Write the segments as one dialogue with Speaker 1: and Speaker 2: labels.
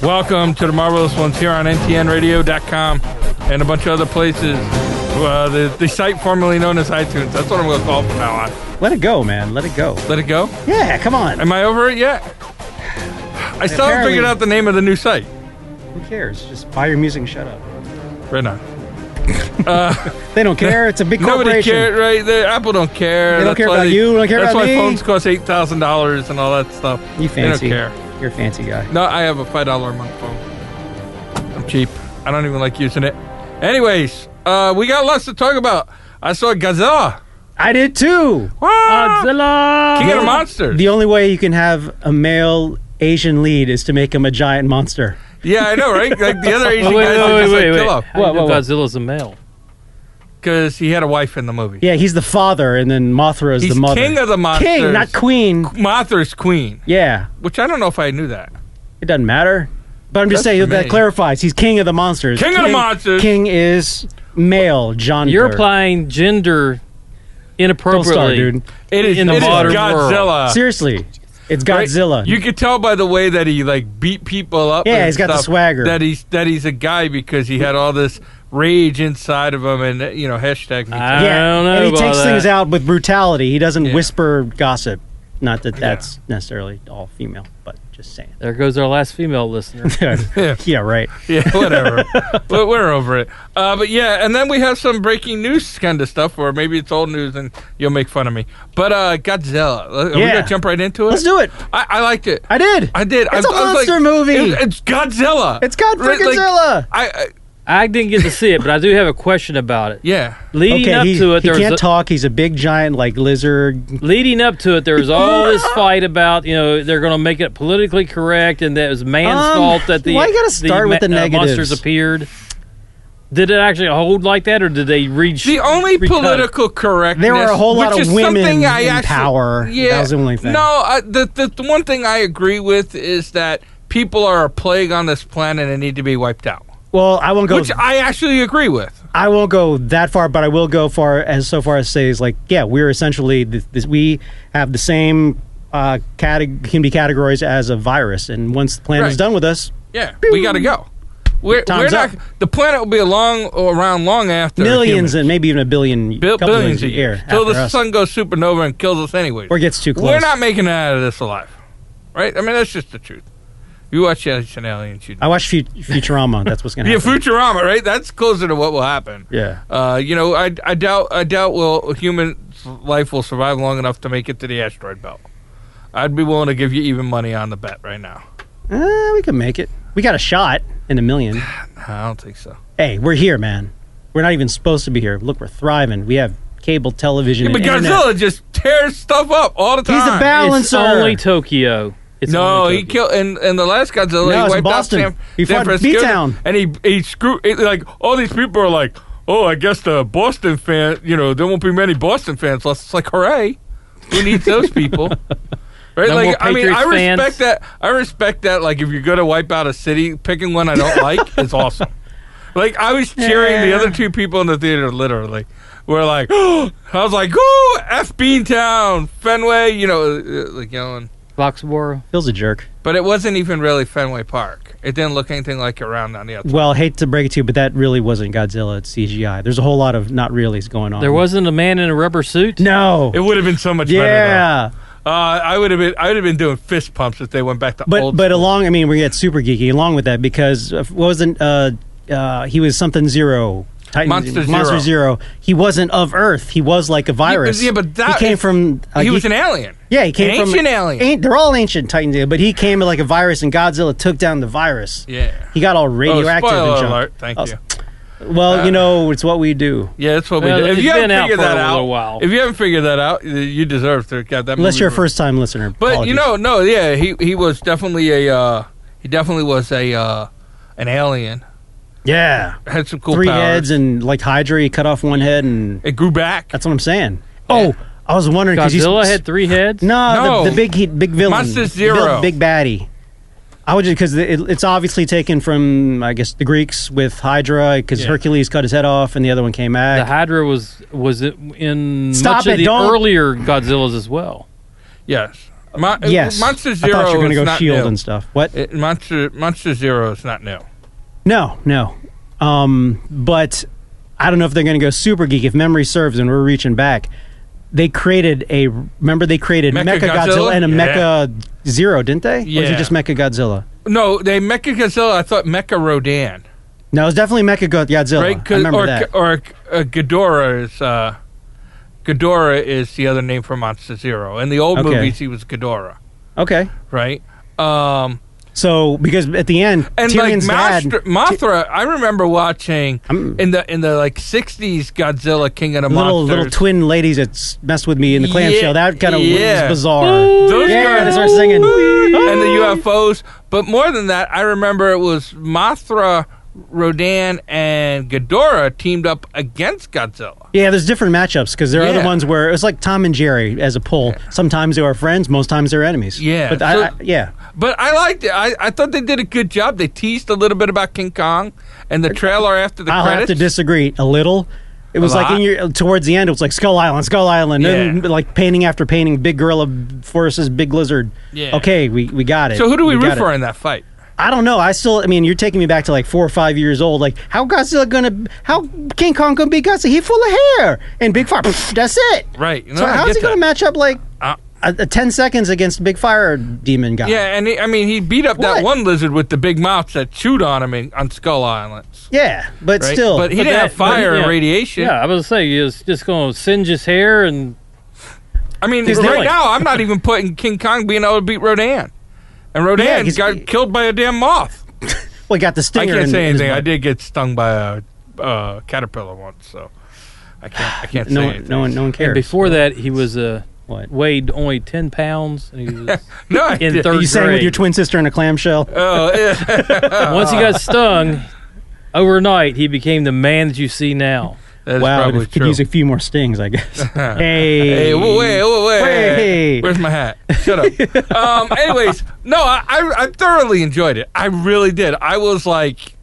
Speaker 1: Welcome to the Marvelous Ones here on ntnradio.com and a bunch of other places. Uh, the, the site formerly known as iTunes. That's what I'm going to call it from now on.
Speaker 2: Let it go, man. Let it go.
Speaker 1: Let it go.
Speaker 2: Yeah, come on.
Speaker 1: Am I over it yet? I still haven't
Speaker 2: Apparently-
Speaker 1: figured out the name of the new site.
Speaker 2: Who cares? Just buy your music and shut up.
Speaker 1: Right now.
Speaker 2: They don't care. It's a big
Speaker 1: Nobody
Speaker 2: corporation.
Speaker 1: cares, right? The, Apple don't care.
Speaker 2: They don't care
Speaker 1: why
Speaker 2: about you, they don't care
Speaker 1: That's
Speaker 2: about
Speaker 1: why
Speaker 2: me.
Speaker 1: phones cost eight thousand dollars and all that stuff.
Speaker 2: You fancy.
Speaker 1: They don't care.
Speaker 2: You're a fancy guy.
Speaker 1: No, I have a five dollar a month phone. I'm cheap. I don't even like using it. Anyways, uh, we got lots to talk about. I saw Godzilla.
Speaker 2: I did too.
Speaker 1: Ah! King of the monsters.
Speaker 2: The only way you can have a male Asian lead is to make him a giant monster.
Speaker 1: yeah, I know, right? Like the other Asian
Speaker 3: wait,
Speaker 1: guys
Speaker 3: wait,
Speaker 1: are just
Speaker 3: wait,
Speaker 1: like
Speaker 3: wait,
Speaker 1: kill
Speaker 3: wait.
Speaker 1: off
Speaker 3: How do
Speaker 2: Whoa,
Speaker 3: you know
Speaker 2: whoa, whoa.
Speaker 3: Godzilla's a male.
Speaker 1: because he had a wife in the movie.
Speaker 2: Yeah, he's the father, and then Mothra is
Speaker 1: He's
Speaker 2: the mother.
Speaker 1: king of the monsters.
Speaker 2: King, not queen.
Speaker 1: Mothra's queen,
Speaker 2: Yeah,
Speaker 1: which I don't know if I knew that.
Speaker 2: it doesn't matter. But I'm just
Speaker 1: That's
Speaker 2: saying that
Speaker 1: me.
Speaker 2: clarifies. He's king of the monsters.
Speaker 1: King of the monsters.
Speaker 2: King is male. John.
Speaker 3: You're applying gender
Speaker 2: Don't
Speaker 3: inappropriately.
Speaker 2: start, dude.
Speaker 1: It is,
Speaker 3: In the
Speaker 1: it is
Speaker 3: modern world.
Speaker 1: Godzilla.
Speaker 2: Seriously, it's
Speaker 1: right?
Speaker 2: Godzilla.
Speaker 1: Uh, You could tell by the way that he like beat people up.
Speaker 2: Yeah,
Speaker 1: and
Speaker 2: he's got the
Speaker 1: stuff,
Speaker 2: swagger.
Speaker 1: That he's that he's a guy because he had all this rage inside of him, and you know, hashtag. Me
Speaker 3: I
Speaker 1: too.
Speaker 3: don't know
Speaker 2: and he
Speaker 3: about
Speaker 2: takes
Speaker 3: that.
Speaker 2: things out with brutality. He doesn't
Speaker 1: Yeah.
Speaker 2: whisper gossip. Not that
Speaker 1: Yeah.
Speaker 2: that's necessarily all female, but just saying.
Speaker 3: There goes our last female listener.
Speaker 1: Yeah.
Speaker 2: yeah, right.
Speaker 1: yeah, whatever. but we're over it. Uh, but yeah, and then we have some breaking news kind of stuff, or maybe it's old news, and you'll make fun of me. But uh, Godzilla. Are we
Speaker 2: Yeah.
Speaker 1: gonna jump right into it?
Speaker 2: Let's do it.
Speaker 1: I, I liked it.
Speaker 2: I did.
Speaker 1: I did.
Speaker 2: It's
Speaker 1: I,
Speaker 2: a
Speaker 1: I was like,
Speaker 2: monster movie.
Speaker 1: It, it's Godzilla.
Speaker 2: It's God
Speaker 1: Right, like,
Speaker 2: Godzilla.
Speaker 1: I, I
Speaker 3: I didn't get to see it, but I do have a question about it.
Speaker 1: yeah.
Speaker 3: Leading
Speaker 2: okay,
Speaker 3: up
Speaker 2: he,
Speaker 3: to it,
Speaker 2: he
Speaker 3: there was
Speaker 2: can't
Speaker 3: a,
Speaker 2: talk. He's a big giant like lizard.
Speaker 3: leading up to it, there was all this fight about you know they're going to make it politically correct, and that it was man's
Speaker 2: Um,
Speaker 3: fault that the
Speaker 2: why you gotta start with the
Speaker 3: uh, monsters
Speaker 2: negatives?
Speaker 3: appeared. Did it actually hold like that, or did they reach
Speaker 1: The only
Speaker 3: recut it?
Speaker 1: political correctness.
Speaker 2: There were a whole lot
Speaker 1: which
Speaker 2: of
Speaker 1: is
Speaker 2: women
Speaker 1: something I
Speaker 2: in
Speaker 1: actually-
Speaker 2: power.
Speaker 1: Yeah,
Speaker 2: That was the only thing.
Speaker 1: No, I, the, the the one thing I agree with is that people are a plague on this planet and need to be wiped out,
Speaker 2: Well, I won't go.
Speaker 1: which I actually agree with.
Speaker 2: I won't go that far, but I will go far as so far as say is like, yeah, we're essentially this, this, we have the same uh, cate- can be categorized as a virus, and once the planet is
Speaker 1: Right.
Speaker 2: done with us,
Speaker 1: Yeah, we got to go. We're, we're
Speaker 2: Time's
Speaker 1: not.
Speaker 2: up.
Speaker 1: The planet will be along around long after
Speaker 2: millions
Speaker 1: humans.
Speaker 2: and maybe even a billion,
Speaker 1: Bil-
Speaker 2: couple
Speaker 1: billions a year. So
Speaker 2: after
Speaker 1: the
Speaker 2: us.
Speaker 1: sun goes supernova and kills us anyway.
Speaker 2: or gets too close.
Speaker 1: We're not making it out of this alive, right? I mean, that's just the truth. You watch Ancient Aliens, you know.
Speaker 2: I watched Fut- Futurama. That's what's gonna
Speaker 1: Yeah,
Speaker 2: happen.
Speaker 1: Futurama, right? That's closer to what will happen.
Speaker 2: yeah.
Speaker 1: Uh, you know, I, I doubt I doubt will human life will survive long enough to make it to the asteroid belt. I'd be willing to give you even money on the bet right now.
Speaker 2: Uh, we can make it. We got a shot in a million.
Speaker 1: I don't think so.
Speaker 2: hey, we're here, man. We're not even supposed to be here. Look, we're thriving. We have cable television.
Speaker 1: Yeah, but
Speaker 2: and internet.
Speaker 1: Godzilla just tears stuff up all the time.
Speaker 2: He's the
Speaker 3: It's
Speaker 2: balancer.
Speaker 3: only Tokyo. It's
Speaker 1: No,
Speaker 3: only
Speaker 1: he
Speaker 3: Tokyo.
Speaker 1: killed and and the last Godzilla.
Speaker 2: No,
Speaker 1: he
Speaker 2: it's
Speaker 1: wiped
Speaker 2: Boston.
Speaker 1: out San,
Speaker 2: He
Speaker 1: San
Speaker 2: fought
Speaker 1: Francisco,
Speaker 2: B-Town.
Speaker 1: and he he screwed it, like all these people are like, oh, I guess the Boston fan, you know, there won't be many Boston fans left. It's like, hooray, who needs those people? Right,
Speaker 3: No more
Speaker 1: like I mean, I
Speaker 3: Patriots
Speaker 1: respect
Speaker 3: fans.
Speaker 1: that. I respect that. Like, if you're going to wipe out a city, picking one I don't like is awesome. Like, I was cheering the other two people in the theater. Literally, were like, I was like, "Ooh, F Beantown, Fenway," you know, uh, like yelling.
Speaker 3: Foxborough.
Speaker 2: Phil's a jerk.
Speaker 1: But it wasn't even really Fenway Park. It didn't look anything like around on the outside.
Speaker 2: Well, hate to break it to you, but that really wasn't Godzilla. It's CGI. There's a whole lot of not reallys going on.
Speaker 3: There wasn't a man in a rubber suit.
Speaker 2: no.
Speaker 1: It would have been so much better.
Speaker 2: yeah,
Speaker 1: though. Uh, I would have been. I would have been doing fist pumps if they went back to
Speaker 2: but
Speaker 1: old.
Speaker 2: but
Speaker 1: school.
Speaker 2: along. I mean, we get super geeky along with that because uh, wasn't uh, uh, he was something zero. Titan,
Speaker 1: Monster Zero.
Speaker 2: Monster Zero. He wasn't of Earth. He was like a virus.
Speaker 1: yeah, but that
Speaker 2: he came
Speaker 1: is-
Speaker 2: from. uh,
Speaker 1: he was an alien.
Speaker 2: Yeah, he came from
Speaker 1: Ancient alien.
Speaker 2: Ain't, they're all ancient Titans, but he came like a virus, and Godzilla took down the virus.
Speaker 1: Yeah.
Speaker 2: He got all
Speaker 1: Oh,
Speaker 2: radioactive and
Speaker 1: spoiler
Speaker 2: junk.
Speaker 1: alert! Uh, Thank
Speaker 2: Oh,
Speaker 1: you.
Speaker 2: Well, you know, it's what we do.
Speaker 1: Yeah, that's what
Speaker 3: Well,
Speaker 1: we did. If
Speaker 3: it's
Speaker 1: you haven't
Speaker 3: been out
Speaker 1: figured
Speaker 3: for a
Speaker 1: that out,
Speaker 3: little while.
Speaker 1: if you haven't figured that out, y- you deserve to get that.
Speaker 2: Unless
Speaker 1: movie
Speaker 2: you're a
Speaker 1: was-
Speaker 2: first time listener.
Speaker 1: Mm-hmm. But you
Speaker 2: Apologies.
Speaker 1: know, no, yeah, he he was definitely a uh, he definitely was a uh, an alien.
Speaker 2: yeah,
Speaker 1: Had some cool
Speaker 2: three
Speaker 1: powers.
Speaker 2: heads Uh, and like Hydra, he cut off one head, and
Speaker 1: It grew back.
Speaker 2: that's what I'm saying.
Speaker 1: Yeah.
Speaker 2: Oh, I was wondering because
Speaker 3: Godzilla had three heads.
Speaker 2: no,
Speaker 1: No.
Speaker 2: The, the big he- big villain,
Speaker 1: Monster
Speaker 2: the
Speaker 1: Zero.
Speaker 2: big, big baddie. I would just because it, it's obviously taken from I guess the Greeks with Hydra because
Speaker 1: Yeah.
Speaker 2: Hercules cut his head off and the other one came
Speaker 3: The
Speaker 2: back.
Speaker 3: Hydra was was in
Speaker 2: Stop
Speaker 3: much
Speaker 2: it,
Speaker 3: of the
Speaker 2: don't-
Speaker 3: earlier Godzillas as well.
Speaker 1: Yes. Mon- uh,
Speaker 2: yes.
Speaker 1: Monster
Speaker 2: I
Speaker 1: Zero
Speaker 2: thought you
Speaker 1: is
Speaker 2: were gonna go
Speaker 1: not
Speaker 2: Shield
Speaker 1: new.
Speaker 2: and stuff. What?
Speaker 1: It, Monster Monster Zero is not new.
Speaker 2: No, no. Um, but I don't know if they're going to go super geek. If memory serves, and we're reaching back, they created a. Remember, they created
Speaker 1: Mecha
Speaker 2: Mecha Godzilla,
Speaker 1: Godzilla?
Speaker 2: and a
Speaker 1: Yeah.
Speaker 2: Mecha Zero, didn't they? Or was
Speaker 1: Yeah.
Speaker 2: it just Mecha Godzilla?
Speaker 1: No, they Mecha Godzilla. I thought Mecha Rodan,
Speaker 2: No, it was definitely Mecha Go- Godzilla.
Speaker 1: right?
Speaker 2: Oh, I
Speaker 1: 'Cause-
Speaker 2: remember
Speaker 1: or
Speaker 2: that.
Speaker 1: or uh, Ghidorah is uh, Ghidorah is the other name for Monster Zero. In the old
Speaker 2: Okay.
Speaker 1: movies, he was Ghidorah,
Speaker 2: okay,
Speaker 1: right? Um,
Speaker 2: so because at the end,
Speaker 1: and
Speaker 2: Tyrion's
Speaker 1: like Master,
Speaker 2: dad.
Speaker 1: Mothra, I remember watching
Speaker 2: I'm-
Speaker 1: in the in the like '60s Godzilla King of the
Speaker 2: Little
Speaker 1: Monsters.
Speaker 2: little twin ladies that messed with me in the
Speaker 1: Yeah,
Speaker 2: clamshell. That kind of
Speaker 1: yeah.
Speaker 2: was bizarre.
Speaker 1: Those
Speaker 2: yeah,
Speaker 1: guys-
Speaker 2: they start singing.
Speaker 1: and the UFOs. But more than that, I remember it was Mothra, Rodan, and Ghidorah teamed up against Godzilla.
Speaker 2: Yeah, there's different matchups because there are
Speaker 1: Yeah.
Speaker 2: other ones where it's like Tom and Jerry as a pull. Sometimes they are friends, most times they're enemies.
Speaker 1: Yeah,
Speaker 2: but I,
Speaker 1: so-
Speaker 2: I, yeah,
Speaker 1: But I liked it. I, I thought they did a good job. They teased a little bit about King Kong and the trailer after the
Speaker 2: I'll
Speaker 1: credits.
Speaker 2: have to disagree a little. It was like in
Speaker 1: lot.
Speaker 2: your towards the end, it was like Skull Island, Skull Island, and
Speaker 1: Yeah.
Speaker 2: like painting after painting, big gorilla versus big lizard.
Speaker 1: Yeah.
Speaker 2: Okay, we, we got it.
Speaker 1: so who do we, root
Speaker 2: got it.
Speaker 1: for in that fight?
Speaker 2: I don't know. I still, I mean, you're taking me back to like four or five years old. Like, how Godzilla gonna, how King Kong gonna be Godzilla? He full of hair and big fire. Pfft, That's it.
Speaker 1: Right. No,
Speaker 2: so
Speaker 1: I
Speaker 2: how's
Speaker 1: get
Speaker 2: he gonna
Speaker 1: that.
Speaker 2: match up like
Speaker 1: Uh,
Speaker 2: a, a ten seconds against big fire demon guy?
Speaker 1: Yeah, and he, I mean, he beat up that
Speaker 2: What?
Speaker 1: one lizard with the big mouths that chewed on him in, on Skull Island.
Speaker 2: Yeah, but
Speaker 1: Right?
Speaker 2: still,
Speaker 1: but he
Speaker 3: But
Speaker 1: didn't
Speaker 3: that-
Speaker 1: have fire
Speaker 3: but,
Speaker 1: and
Speaker 3: yeah.
Speaker 1: radiation.
Speaker 3: Yeah, I was gonna say he's just gonna singe his hair and
Speaker 1: I mean,
Speaker 3: He's
Speaker 1: right
Speaker 3: dead.
Speaker 1: now, I'm not even putting King Kong being able to beat Rodan. And Rodan
Speaker 2: Yeah, 'cause
Speaker 1: got
Speaker 2: he-
Speaker 1: killed by a damn moth.
Speaker 2: well, he got the
Speaker 1: I
Speaker 2: stinger.
Speaker 1: can't
Speaker 2: in
Speaker 1: say
Speaker 2: his
Speaker 1: anything. I
Speaker 2: butt.
Speaker 1: did get stung by a uh, caterpillar once, so I can't. I can't
Speaker 2: No,
Speaker 1: say
Speaker 2: one,
Speaker 1: anything.
Speaker 2: no one, no one cares.
Speaker 3: and before that he was uh,
Speaker 2: What?
Speaker 3: weighed only ten pounds and he was
Speaker 1: No, I
Speaker 3: in
Speaker 1: did-
Speaker 3: third
Speaker 2: you sang with
Speaker 3: grade.
Speaker 2: your twin sister in a clamshell.
Speaker 1: Oh, yeah.
Speaker 3: Once he got stung, overnight he became the man that you see now.
Speaker 1: That's
Speaker 2: wow,
Speaker 1: probably
Speaker 2: it could
Speaker 1: true.
Speaker 2: use a few more stings, I guess. hey,
Speaker 1: Hey, whoa, wait, whoa, wait.
Speaker 2: Hey.
Speaker 1: Where's my hat? Shut up. um, anyways, no, I, I, I thoroughly enjoyed it. I really did. I was like,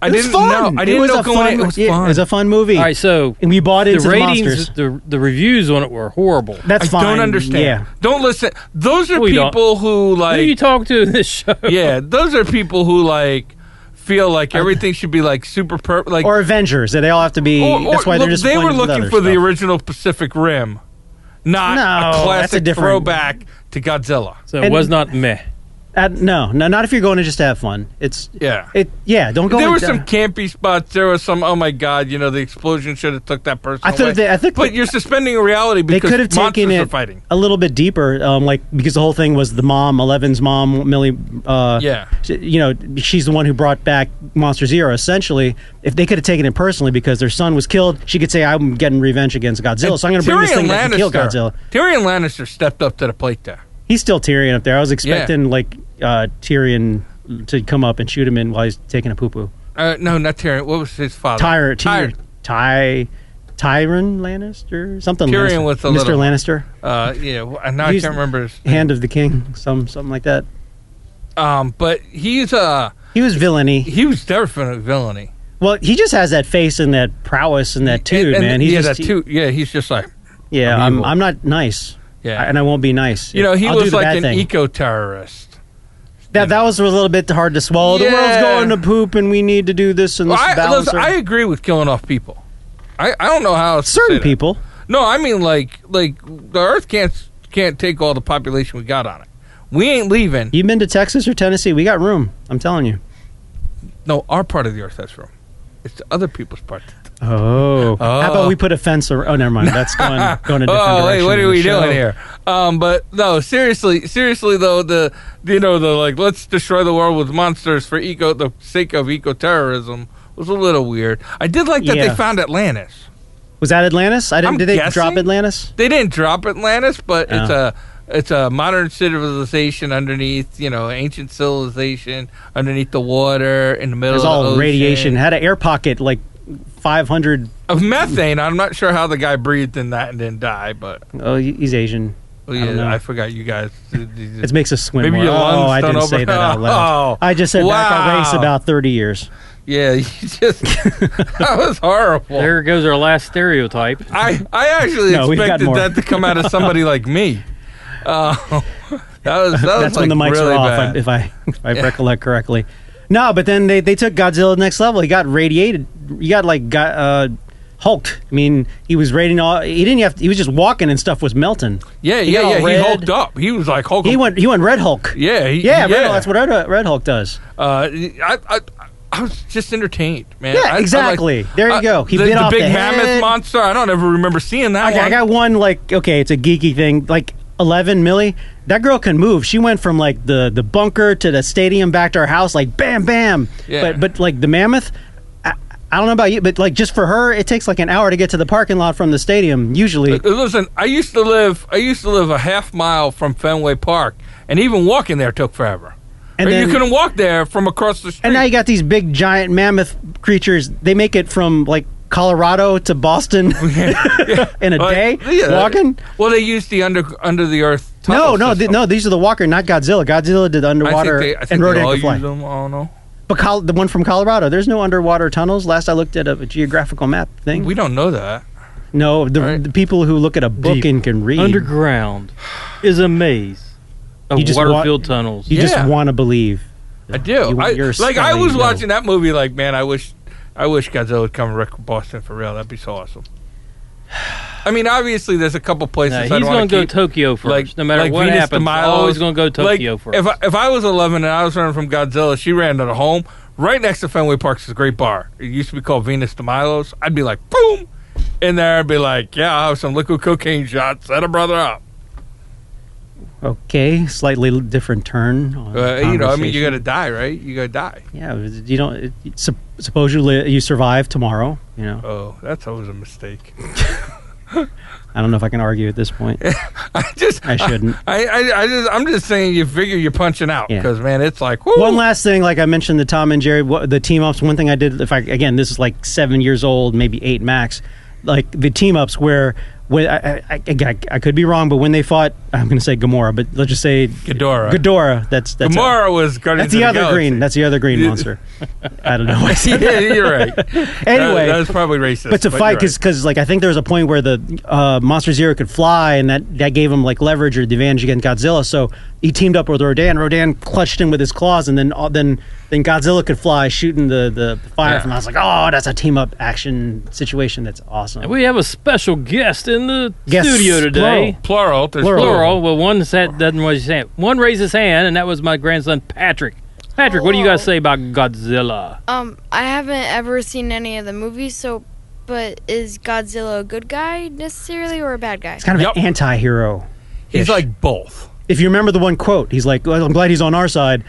Speaker 1: I
Speaker 2: It was
Speaker 1: didn't
Speaker 2: fun.
Speaker 1: know. I
Speaker 2: It
Speaker 1: didn't
Speaker 2: was
Speaker 1: know
Speaker 2: a
Speaker 1: going
Speaker 2: fun,
Speaker 1: in. It was
Speaker 2: yeah,
Speaker 1: fun.
Speaker 2: It was a fun movie.
Speaker 3: All right, so
Speaker 2: and we bought
Speaker 3: the
Speaker 2: into the,
Speaker 3: ratings,
Speaker 2: monsters.
Speaker 3: the, the reviews on it were horrible.
Speaker 2: That's
Speaker 1: I
Speaker 2: fine.
Speaker 1: don't understand.
Speaker 2: Yeah.
Speaker 1: Don't listen. Those are
Speaker 3: We don't.
Speaker 1: people who
Speaker 3: Who do you
Speaker 1: like.
Speaker 3: talk to in this show?
Speaker 1: yeah, those are people who like feel like everything should be like super per like.
Speaker 2: Or Avengers. They all have to be.
Speaker 1: or- or
Speaker 2: that's why
Speaker 1: look,
Speaker 2: they're just.
Speaker 1: they were
Speaker 2: blended with
Speaker 1: looking
Speaker 2: other
Speaker 1: for the
Speaker 2: stuff.
Speaker 1: original Pacific Rim, not
Speaker 2: No, that's
Speaker 1: a
Speaker 2: a
Speaker 1: classic
Speaker 2: different-
Speaker 1: throwback to Godzilla.
Speaker 3: So it
Speaker 2: And-
Speaker 3: was not meh.
Speaker 2: Uh, no, no, not if you're going to just have fun. It's
Speaker 1: Yeah.
Speaker 2: it. Yeah, don't go.
Speaker 1: there
Speaker 2: in-
Speaker 1: were some campy spots. There was some. Oh my God! You know the explosion should have took that person.
Speaker 2: I
Speaker 1: away.
Speaker 2: thought they. I think
Speaker 1: but you're suspending reality
Speaker 2: they
Speaker 1: because
Speaker 2: could have taken
Speaker 1: monsters are
Speaker 2: it
Speaker 1: fighting.
Speaker 2: a little bit deeper, um, like because the whole thing was the mom, Eleven's mom, Millie. Uh,
Speaker 1: Yeah.
Speaker 2: sh- you know, she's the one who brought back Monster Zero. Essentially, if they could have taken it personally because their son was killed, she could say, "I'm getting revenge against Godzilla, so I'm going to bring this
Speaker 1: Tyrion
Speaker 2: thing that can kill Godzilla."
Speaker 1: Lannister. Tyrion Lannister stepped up to the plate there.
Speaker 2: He's still Tyrion up there. I was expecting like uh, Tyrion to come up and shoot him in while he's taking a poo poo.
Speaker 1: Uh, no, not Tyrion. What was his father?
Speaker 2: Tyr, Tyr,
Speaker 1: Tyr-
Speaker 2: Ty, Tyron Lannister, something.
Speaker 1: Tyrion
Speaker 2: Lannister.
Speaker 1: with the
Speaker 2: Mr.
Speaker 1: little-
Speaker 2: Lannister,
Speaker 1: Uh, yeah, well, and now I
Speaker 2: He's-
Speaker 1: can't remember his.
Speaker 2: Hand of the King, some something like that.
Speaker 1: Um, but he's uh
Speaker 2: He was villainy.
Speaker 1: he was definitely villainy.
Speaker 2: Well, he just has that face and that prowess and that
Speaker 1: And-
Speaker 2: dude,
Speaker 1: and-
Speaker 2: man. He's
Speaker 1: yeah,
Speaker 2: just,
Speaker 1: that too. Yeah, he's just like
Speaker 2: Yeah,
Speaker 1: I'm
Speaker 2: I'm,
Speaker 1: evil.
Speaker 2: I'm not nice.
Speaker 1: Yeah.
Speaker 2: and I won't be nice.
Speaker 1: you know he
Speaker 2: I'll do
Speaker 1: was
Speaker 2: the
Speaker 1: like
Speaker 2: bad
Speaker 1: an
Speaker 2: thing.
Speaker 1: eco terrorist.
Speaker 2: that that was a little bit hard to swallow. The
Speaker 1: Yeah.
Speaker 2: world's going to poop, and we need to do this and this
Speaker 1: I,
Speaker 2: balance.
Speaker 1: listen,
Speaker 2: our-
Speaker 1: I agree with killing off people. I, I don't know how else to say
Speaker 2: certain
Speaker 1: that.
Speaker 2: people.
Speaker 1: No, I mean like like the Earth can't can't take all the population we got on it. We ain't leaving.
Speaker 2: You've been to Texas or Tennessee? We got room. I'm telling you.
Speaker 1: No, our part of the Earth has room. It's the other people's part.
Speaker 2: Oh, how
Speaker 1: Oh.
Speaker 2: about we put a fence? Or, oh, never mind. That's going going a different
Speaker 1: Oh wait,
Speaker 2: direction.
Speaker 1: what
Speaker 2: in
Speaker 1: are
Speaker 2: the
Speaker 1: we
Speaker 2: show.
Speaker 1: doing here? Um, but no, seriously, seriously though, the you know the like let's destroy the world with monsters for eco the sake of eco terrorism was a little weird. I did like that they
Speaker 2: Yeah.
Speaker 1: found Atlantis.
Speaker 2: Was that Atlantis? I didn't.
Speaker 1: I'm
Speaker 2: did they
Speaker 1: guessing.
Speaker 2: drop Atlantis?
Speaker 1: They didn't drop Atlantis, but it's
Speaker 2: Oh.
Speaker 1: a it's a modern civilization underneath you know ancient civilization underneath the water in the
Speaker 2: It
Speaker 1: middle.
Speaker 2: was
Speaker 1: of the
Speaker 2: all
Speaker 1: ocean.
Speaker 2: radiation. Had an air pocket like 500.
Speaker 1: of methane. I'm not sure how the guy breathed in that and didn't die, but
Speaker 2: Oh, he- he's Asian.
Speaker 1: oh,
Speaker 2: don't know.
Speaker 1: yeah, I, forgot you guys.
Speaker 2: It makes us swim.
Speaker 1: Maybe
Speaker 2: more.
Speaker 1: your lungs
Speaker 2: oh, I
Speaker 1: don't
Speaker 2: didn't
Speaker 1: open
Speaker 2: say that out loud.
Speaker 1: Oh,
Speaker 2: I just said back our race
Speaker 1: wow.
Speaker 2: about 30 years.
Speaker 1: Yeah, you just that was horrible.
Speaker 3: There goes our last stereotype.
Speaker 1: I I actually
Speaker 2: No, we've got
Speaker 1: expected
Speaker 2: more.
Speaker 1: that to come out of somebody like me. Oh, that was that was
Speaker 2: That's when the
Speaker 1: Oh, like,
Speaker 2: mics
Speaker 1: really
Speaker 2: are off,
Speaker 1: bad.
Speaker 2: I- if I if I
Speaker 1: Yeah.
Speaker 2: recollect correctly. No, but then they, they took Godzilla to the next level. He got radiated. He got like got uh, hulked. I mean, he was radiating all. He didn't have. To, he was just walking and stuff was melting.
Speaker 1: yeah,
Speaker 2: he got
Speaker 1: yeah,
Speaker 2: all
Speaker 1: yeah. He
Speaker 2: red.
Speaker 1: hulked up. He was like Hulk.
Speaker 2: He went he went Red Hulk.
Speaker 1: Yeah, he,
Speaker 2: yeah, Red Hulk, that's what Red, Red Hulk does.
Speaker 1: Uh, I, I, I was just entertained, man.
Speaker 2: Yeah,
Speaker 1: I- I like-
Speaker 2: exactly. There you
Speaker 1: I-
Speaker 2: go. He
Speaker 1: the,
Speaker 2: bit
Speaker 1: the
Speaker 2: off
Speaker 1: big
Speaker 2: the
Speaker 1: mammoth
Speaker 2: head.
Speaker 1: monster. I don't ever remember seeing that
Speaker 2: Okay,
Speaker 1: one.
Speaker 2: I got one like okay, it's a geeky thing. Like eleven Millie, that girl can move. She went from like the the bunker to the stadium back to our house, like bam, bam.
Speaker 1: Yeah.
Speaker 2: But but like the mammoth. I I don't know about you, but like just for her, it takes like an hour to get to the parking lot from the stadium. Usually,
Speaker 1: Uh, Listen, I used to live. I used to live a half mile from Fenway Park, and even walking there took forever.
Speaker 2: And
Speaker 1: And
Speaker 2: then-
Speaker 1: you couldn't walk there from across the street.
Speaker 2: and now you got these big giant mammoth creatures. They make it from like Colorado to Boston in a day
Speaker 1: Like, Uh, yeah.
Speaker 2: walking.
Speaker 1: Well, they used the under under the earth.
Speaker 2: No,
Speaker 1: tunnel
Speaker 2: no, th-
Speaker 1: system.
Speaker 2: no. These are the Walker, not Godzilla. Godzilla did the underwater
Speaker 1: I think they, I think
Speaker 2: and
Speaker 1: they
Speaker 2: rode
Speaker 1: all
Speaker 2: after
Speaker 1: use
Speaker 2: fly.
Speaker 1: them. I don't know.
Speaker 2: But Col- the one from Colorado, there's no underwater tunnels. Last I looked at a, geographical map thing.
Speaker 1: We don't know that.
Speaker 2: no, the,
Speaker 1: Right.
Speaker 2: the people who look at a book
Speaker 3: Deep.
Speaker 2: and can read,
Speaker 3: Underground is a maze of
Speaker 2: You just wa-
Speaker 3: water-filled tunnels.
Speaker 2: you just
Speaker 1: Yeah.
Speaker 2: want to believe.
Speaker 1: I do.
Speaker 2: You-
Speaker 1: I,
Speaker 2: you're a
Speaker 1: like I
Speaker 2: scully,
Speaker 1: was
Speaker 2: no.
Speaker 1: watching that movie. Like, man, I wish, I wish Godzilla would come and wreck Boston for real. That'd be so awesome. I mean, obviously, there's a couple places
Speaker 3: No, he's
Speaker 1: I'd
Speaker 3: going
Speaker 1: want
Speaker 3: to go
Speaker 1: keep.
Speaker 3: Tokyo first,
Speaker 1: like-
Speaker 3: no matter
Speaker 1: like
Speaker 3: what
Speaker 1: Venus de
Speaker 3: happens.
Speaker 1: Milo.
Speaker 3: Always going to go Tokyo
Speaker 1: like,
Speaker 3: first.
Speaker 1: If I, if I was 11 and I was running from Godzilla, she ran to the home right next to Fenway Park's this great bar. It used to be called Venus de Milo's. I'd be like, boom, in there. I'd be like, yeah, I'll have some liquid cocaine shots. Set a brother up.
Speaker 2: Okay, slightly l- different turn. on
Speaker 1: Uh, you know, I mean, you
Speaker 2: conversation.
Speaker 1: got to die, right? You got to die.
Speaker 2: yeah, it- you don't. It, you sup- suppose you li- you survive tomorrow. You know,
Speaker 1: Oh, that's always a mistake.
Speaker 2: I don't know if I can argue at this point.
Speaker 1: I just,
Speaker 2: I shouldn't.
Speaker 1: I, I, I just, I'm just saying, you figure you're punching out
Speaker 2: Yeah.
Speaker 1: because man, it's like woo.
Speaker 2: One last thing, like I mentioned, the Tom and Jerry, wha- the team ups. One thing I did, if I again, this is like seven years old, maybe eight max. Like the team ups where, when I, I, I, again, I, I could be wrong, but when they fought, I'm going to say Gamora, but let's just say
Speaker 1: Ghidorah.
Speaker 2: Ghidorah. That's that's
Speaker 1: Gamora was Guardians
Speaker 2: That's the
Speaker 1: of
Speaker 2: other
Speaker 1: Galaxy.
Speaker 2: green. That's the other green
Speaker 1: Yeah.
Speaker 2: monster. I don't know. Why I said
Speaker 1: yeah, you're right.
Speaker 2: Anyway.
Speaker 1: that, that was probably racist.
Speaker 2: but to
Speaker 1: you're
Speaker 2: fight
Speaker 1: right.
Speaker 2: because like i think there was a point where the uh, monster zero could fly and that that gave him like leverage or the advantage against godzilla so he teamed up with rodan rodan clutched him with his claws and then uh, then then godzilla could fly shooting the the fire
Speaker 1: Yeah.
Speaker 2: from i was like oh that's a team up action situation that's awesome
Speaker 3: And we have a special guest in the
Speaker 2: Guest
Speaker 3: studio today.
Speaker 1: plural, there's
Speaker 2: Plural.
Speaker 3: Plural. Well, one sat, doesn't raise his hand. One raised his hand, and that was my grandson Patrick. Patrick, what do you guys
Speaker 4: Hello.
Speaker 3: say about Godzilla?
Speaker 4: Um, I haven't ever seen any of the movies, so. But is Godzilla a good guy necessarily or a bad guy?
Speaker 2: it's kind of
Speaker 1: Yup.
Speaker 2: an anti-hero
Speaker 1: He's like both
Speaker 2: if you remember the one quote he's like well, i'm glad he's on our side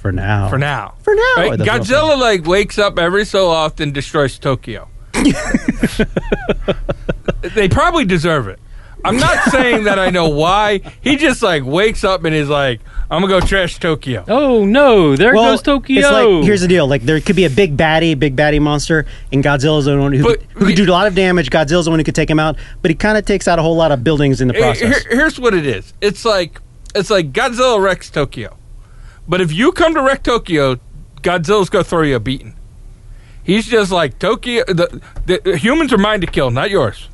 Speaker 2: for now
Speaker 1: for now.
Speaker 2: for now
Speaker 1: Right?
Speaker 2: That's what-
Speaker 1: Godzilla like wakes up every so often, destroys Tokyo. they probably deserve it. I'm not saying that I know why. He just like wakes up and is like, "I'm gonna go trash Tokyo."
Speaker 3: Oh no! There
Speaker 2: well,
Speaker 3: goes Tokyo.
Speaker 2: It's like, here's the deal: like there could be a big baddie, big baddie monster, and Godzilla's the one who,
Speaker 1: But-
Speaker 2: who could do a lot of damage. Godzilla's the one who could take him out, but he kind of takes out a whole lot of buildings in the
Speaker 1: Here-
Speaker 2: process.
Speaker 1: here- here's what it is. It's like it's like Godzilla wrecks Tokyo, but if you come to wreck Tokyo, Godzilla's gonna throw you a beating. He's just like Tokyo. The, the humans are mine to kill, not yours.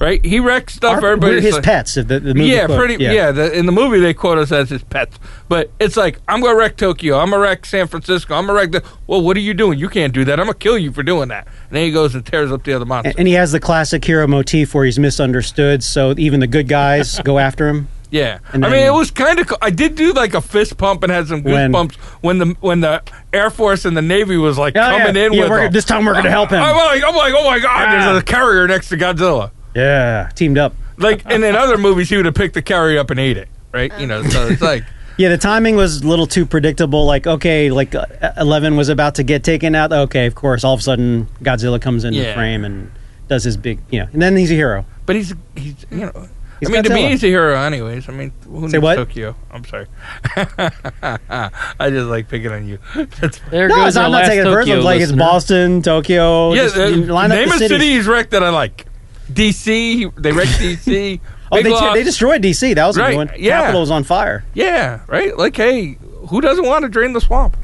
Speaker 1: Right? He wrecks stuff.
Speaker 2: Our-
Speaker 1: everybody's
Speaker 2: we're his
Speaker 1: like-
Speaker 2: pets. If the, the movie
Speaker 1: yeah,
Speaker 2: quote.
Speaker 1: pretty. Yeah, the, in the movie they quote us as his pets, but it's like I'm gonna wreck Tokyo. I'm gonna wreck San Francisco. I'm gonna wreck the. Well, what are you doing? You can't do that. I'm gonna kill you for doing that. And then he goes and tears up the other monster.
Speaker 2: And, and he has the classic hero motif where he's misunderstood, so even the good guys go after him.
Speaker 1: yeah,
Speaker 2: and
Speaker 1: I mean
Speaker 2: then-
Speaker 1: it was kind of. Co- I did do like a fist pump and had some
Speaker 2: When-
Speaker 1: goosebumps when, the when the Air Force and the Navy was like
Speaker 2: Oh,
Speaker 1: coming
Speaker 2: yeah.
Speaker 1: in
Speaker 2: yeah,
Speaker 1: with
Speaker 2: we're,
Speaker 1: him.
Speaker 2: this time we're going to help him.
Speaker 1: I'm like, I'm like, oh my god,
Speaker 2: Ah.
Speaker 1: there's a carrier next to Godzilla.
Speaker 2: yeah, teamed up.
Speaker 1: Like, and in other movies he would have picked the carrier up and ate it, right? You know,
Speaker 2: Uh.
Speaker 1: so it's like.
Speaker 2: Yeah, the timing was a little too predictable. Like, okay, like uh, Eleven was about to get taken out. Okay, of course, all of a sudden Godzilla comes into
Speaker 1: Yeah.
Speaker 2: frame and does his big, you know, and then he's a hero.
Speaker 1: But he's he's you know.
Speaker 2: He's
Speaker 1: I mean, to
Speaker 2: Godzilla.
Speaker 1: me, he's a hero, anyways. I mean, who
Speaker 2: Say
Speaker 1: needs
Speaker 2: what?
Speaker 1: Tokyo? I'm sorry. I just like picking on you. That's
Speaker 3: there
Speaker 2: No,
Speaker 3: goes
Speaker 2: it's,
Speaker 3: our
Speaker 2: I'm not
Speaker 3: last
Speaker 2: taking it
Speaker 3: Tokyo
Speaker 2: personally. Like it's
Speaker 3: listener.
Speaker 2: Boston, Tokyo.
Speaker 1: yeah.
Speaker 2: just, you
Speaker 1: Uh,
Speaker 2: line up
Speaker 1: name
Speaker 2: the
Speaker 1: a
Speaker 2: cities.
Speaker 1: city he's wrecked that I like. D.C. They wrecked D.C.
Speaker 2: Oh,
Speaker 1: Big
Speaker 2: they,
Speaker 1: loss.
Speaker 2: they destroyed DC. That was a
Speaker 1: Right,
Speaker 2: good one.
Speaker 1: yeah.
Speaker 2: Capital was on fire.
Speaker 1: yeah, right. Like, hey, who doesn't want to drain the swamp?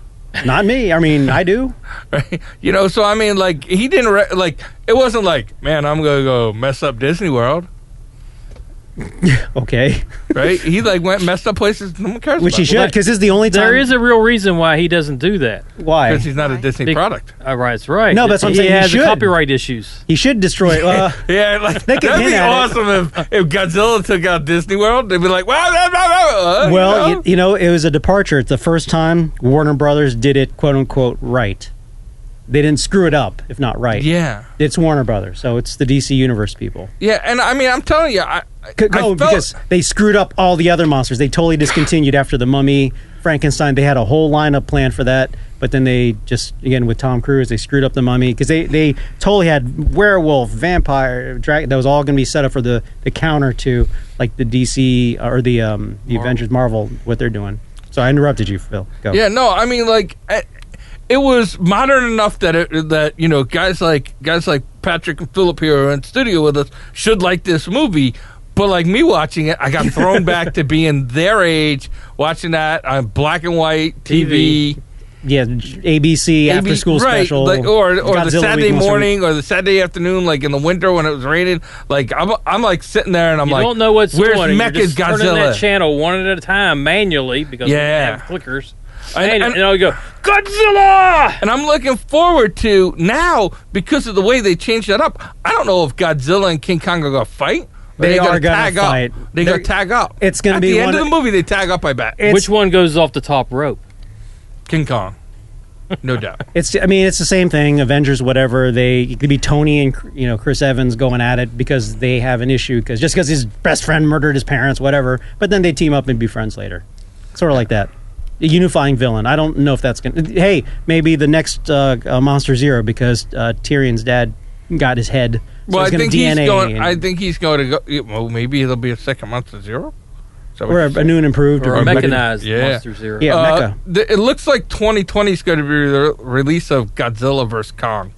Speaker 2: Not me. I mean, I do.
Speaker 1: Right? You know. So I mean, like, he didn't re- like. It wasn't like, man, I'm gonna go mess up Disney World.
Speaker 2: okay,
Speaker 1: right? he like went messed up places no one cares
Speaker 2: which
Speaker 1: about.
Speaker 2: he should because this is the only time.
Speaker 3: There is a real reason why he doesn't do that.
Speaker 2: why
Speaker 1: because he's not a Disney
Speaker 3: Big-
Speaker 1: product.
Speaker 3: Uh, right, that's right.
Speaker 2: No, that's what I'm saying,
Speaker 3: He
Speaker 2: he
Speaker 3: has
Speaker 2: should.
Speaker 3: copyright issues.
Speaker 2: he should destroy. Uh,
Speaker 1: Yeah, like
Speaker 2: They
Speaker 1: that'd
Speaker 2: could hint
Speaker 1: be
Speaker 2: at it.
Speaker 1: awesome if, if Godzilla took out Disney World. They'd be like, wow, wow, wow, wow, uh, you
Speaker 2: well, you,
Speaker 1: know?
Speaker 2: you know, it was a departure. It's the first time Warner Brothers did it, quote unquote, right. They didn't screw it up, if not right.
Speaker 1: yeah,
Speaker 2: It's Warner Brothers, so it's the DC Universe people.
Speaker 1: yeah, and I mean, I'm telling you, I, I-
Speaker 2: C-
Speaker 1: I
Speaker 2: no,
Speaker 1: felt-
Speaker 2: because they screwed up all the other monsters. They totally discontinued after the Mummy, Frankenstein. They had a whole lineup planned for that, but then they just again with Tom Cruise, they screwed up the Mummy because they they totally had werewolf, vampire, dragon. That was all going to be set up for the the counter to like the DC or the um the Avengers Marvel what they're doing. So I interrupted you, Phil. Go.
Speaker 1: Yeah, no, I mean like I- it was modern enough that it, that you know guys like guys like Patrick and Philip here who are in studio with us should like this movie. But like me watching it, I got thrown back to being their age watching that on black and white TV,
Speaker 2: yeah. ABC after
Speaker 1: Maybe-
Speaker 2: school
Speaker 1: right,
Speaker 2: special,
Speaker 1: like, or or
Speaker 2: Godzilla
Speaker 1: the
Speaker 2: Week
Speaker 1: Saturday
Speaker 2: monster week.
Speaker 1: morning or the Saturday afternoon, like in the winter when it was raining. Like I'm I'm like sitting there and I'm
Speaker 3: you
Speaker 1: like,
Speaker 3: don't know what's
Speaker 1: where's
Speaker 3: going. You're
Speaker 1: Mecha's
Speaker 3: just turning
Speaker 1: Godzilla?
Speaker 3: that channel one at a time manually because
Speaker 1: Yeah.
Speaker 3: they have clickers.
Speaker 1: And-
Speaker 3: And,
Speaker 1: and-
Speaker 3: and I'll go Godzilla.
Speaker 1: And I'm looking forward to now because of the way they changed that up. I don't know if Godzilla and King Kong are gonna fight.
Speaker 2: They
Speaker 1: They're
Speaker 2: are gonna
Speaker 1: tag
Speaker 2: fight.
Speaker 1: Up. They're,
Speaker 2: They're-
Speaker 1: gonna tag up.
Speaker 2: it's gonna
Speaker 1: At
Speaker 2: be
Speaker 1: the
Speaker 2: one
Speaker 1: end of
Speaker 2: of-
Speaker 1: the movie. They tag up. I bet
Speaker 2: It's-
Speaker 3: Which one goes off the top rope?
Speaker 1: King Kong, no doubt.
Speaker 2: It's I mean it's the same thing. Avengers, whatever they it could be Tony and you know Chris Evans going at it because they have an issue because just because his best friend murdered his parents, whatever. But then they team up and be friends later, sort of like that. A unifying villain. I don't know if that's gonna. Hey, maybe the next uh, uh, Monster Zero because uh, Tyrion's dad got his head. So
Speaker 1: well, I
Speaker 2: he's gonna
Speaker 1: think
Speaker 2: DNA
Speaker 1: he's going.
Speaker 2: and-
Speaker 1: I think he's going to go. yeah, Well, maybe it'll be a second month to zero. So
Speaker 2: or a, a new and improved
Speaker 3: Or
Speaker 2: a-
Speaker 3: a mechanized
Speaker 1: Yeah.
Speaker 3: Monster Zero?
Speaker 2: Yeah.
Speaker 1: uh,
Speaker 2: Mecca.
Speaker 1: th- it looks like 2020 is going to be the release of Godzilla vs Kong.